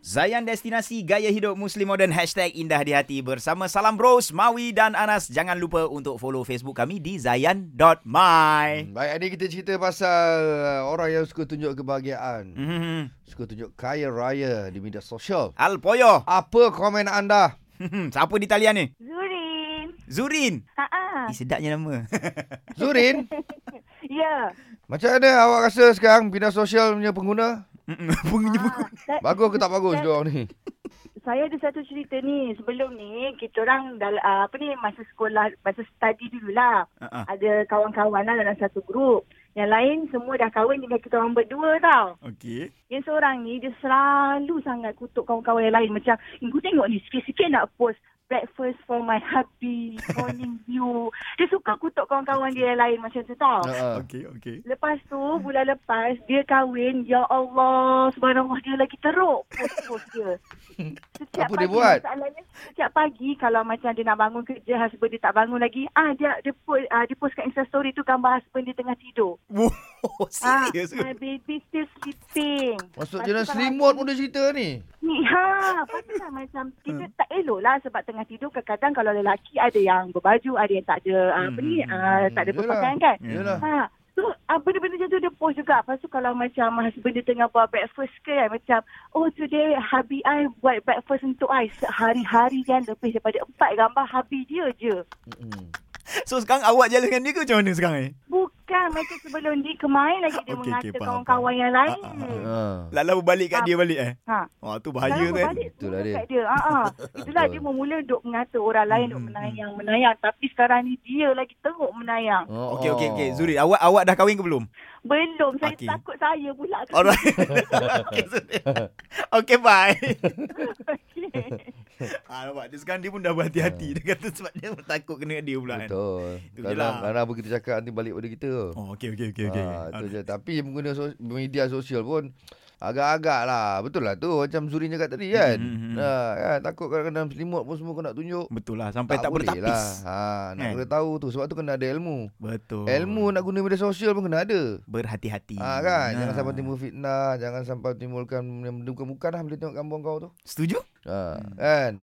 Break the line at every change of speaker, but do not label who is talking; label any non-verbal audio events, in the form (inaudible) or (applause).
Zayan Destinasi Gaya Hidup Muslim Modern Hashtag Indah di Hati Bersama Salam Bros, Mawi dan Anas Jangan lupa untuk follow Facebook kami di zayan.my
Baik, hari ni kita cerita pasal uh, orang yang suka tunjuk kebahagiaan.
Mhm.
Suka tunjuk kaya raya di media sosial.
(laughs) Al Poyo (laughs)
Apa komen anda?
Siapa di talian ni?
Zuri.
Zurin
Ha
Eh sedapnya nama (laughs)
Zurin,
Ya.
macam mana awak rasa sekarang media sosial punya pengguna?
Ha.
Pengunjung-pengunjung
Sa-
Bagus ke tak bagus dia orang ni?
Saya ada satu cerita ni. Sebelum ni kita orang dalam ah, apa ni masa sekolah, masa study dululah.
Ah, ah.
Ada kawan-kawan lah dalam satu grup. Yang lain semua dah kahwin dengan kita orang berdua tau.
Okey
Yang seorang ni dia selalu sangat kutuk kawan-kawan yang lain. Macam, eh, kau tengok ni sikit-sikit nak post breakfast for my hubby, morning view. Dia suka kutuk kawan-kawan dia yang lain macam tu tau.
Ha.
Okey okey
Lepas tu, bulan lepas, dia kahwin. Ya Allah, subhanallah, dia lagi teruk post-post dia. Setiap
Apa dia buat?
Masalahnya, setiap pagi kalau macam dia nak bangun kerja, husband dia tak bangun lagi. Ah, dia dia, post, ah, dia post kat Instastory tu gambar husband dia tengah tidur.
Wow (laughs)
(laughs)
Ah,
Serius ke?
my baby still sleeping.
Maksud
Lepas
dia
tu
nak
kalau
selimut pun dia cerita ni.
Ni (laughs) ha, patutlah macam kita
Hmm.
tak elok lah sebab tengah tidur kadang-kadang kalau lelaki ada yang berbaju, ada yang tak ada ah,
Hmm,
apa ni, ah, tak ada
Yalah.
berpakaian kan.
Hmm.
Yalah.
Ha. So ah, benda-benda macam tu dia post juga. Lepas tu kalau macam husband dia tengah buat breakfast ke kan macam oh today habi I buat breakfast untuk I sehari-hari kan lebih daripada empat gambar habi dia je.
So sekarang awak jalan dengan dia ke macam mana sekarang ni?
Bukan macam sebelum ni kemarin lagi
Okey,
dia
okey,
mengata
faham,
kawan-kawan
faham.
yang lain.
Ah,
Ha.
Lalau balik kat dia balik eh?
Ha.
Wah tu
Bahaya
bahaya tu eh
Balik
Itulah dia.
Kat dia. Ha,
(laughs)
ha. Itulah dia memula duk mengata orang lain
Hmm,
duk menayang, menayang. Tapi sekarang ni dia lagi teruk menayang.
Oh.
Okey okey okey Zurin awak awak dah kahwin ke belum?
Belum. Saya
Okey.
takut saya pula. (laughs)
(laughs)
Alright (laughs) Okay Zurin Okay bye
Okey.
Ah nampak dia sekarang dia pun dah berhati-hati Dia kata sebab dia takut kena dia pula kan
Ah. Betul.
Itu je lah.
Kadang, kadang apa kita cakap nanti balik pada kita.
Oh okey okey okey okey
Ha, tu je. Tapi pengguna sos- media sosial pun agak-agak lah. Betul lah tu macam Zurin cakap tadi kan.
Mhm, mhm.
Ha, kan? Takut kadang-kadang selimut pun semua kau nak tunjuk.
Betul lah sampai tak, boleh tapis. Kan?
Ha, nak
Oh.
kena tahu tu sebab tu kena ada ilmu.
Betul.
Ilmu nak guna media sosial pun kena ada.
berhati-hati.
Ha, kan? Jangan sampai timbul fitnah, jangan sampai timbulkan bukan-bukan lah bila tengok gambar kau tu.
Setuju?
Ha, kan?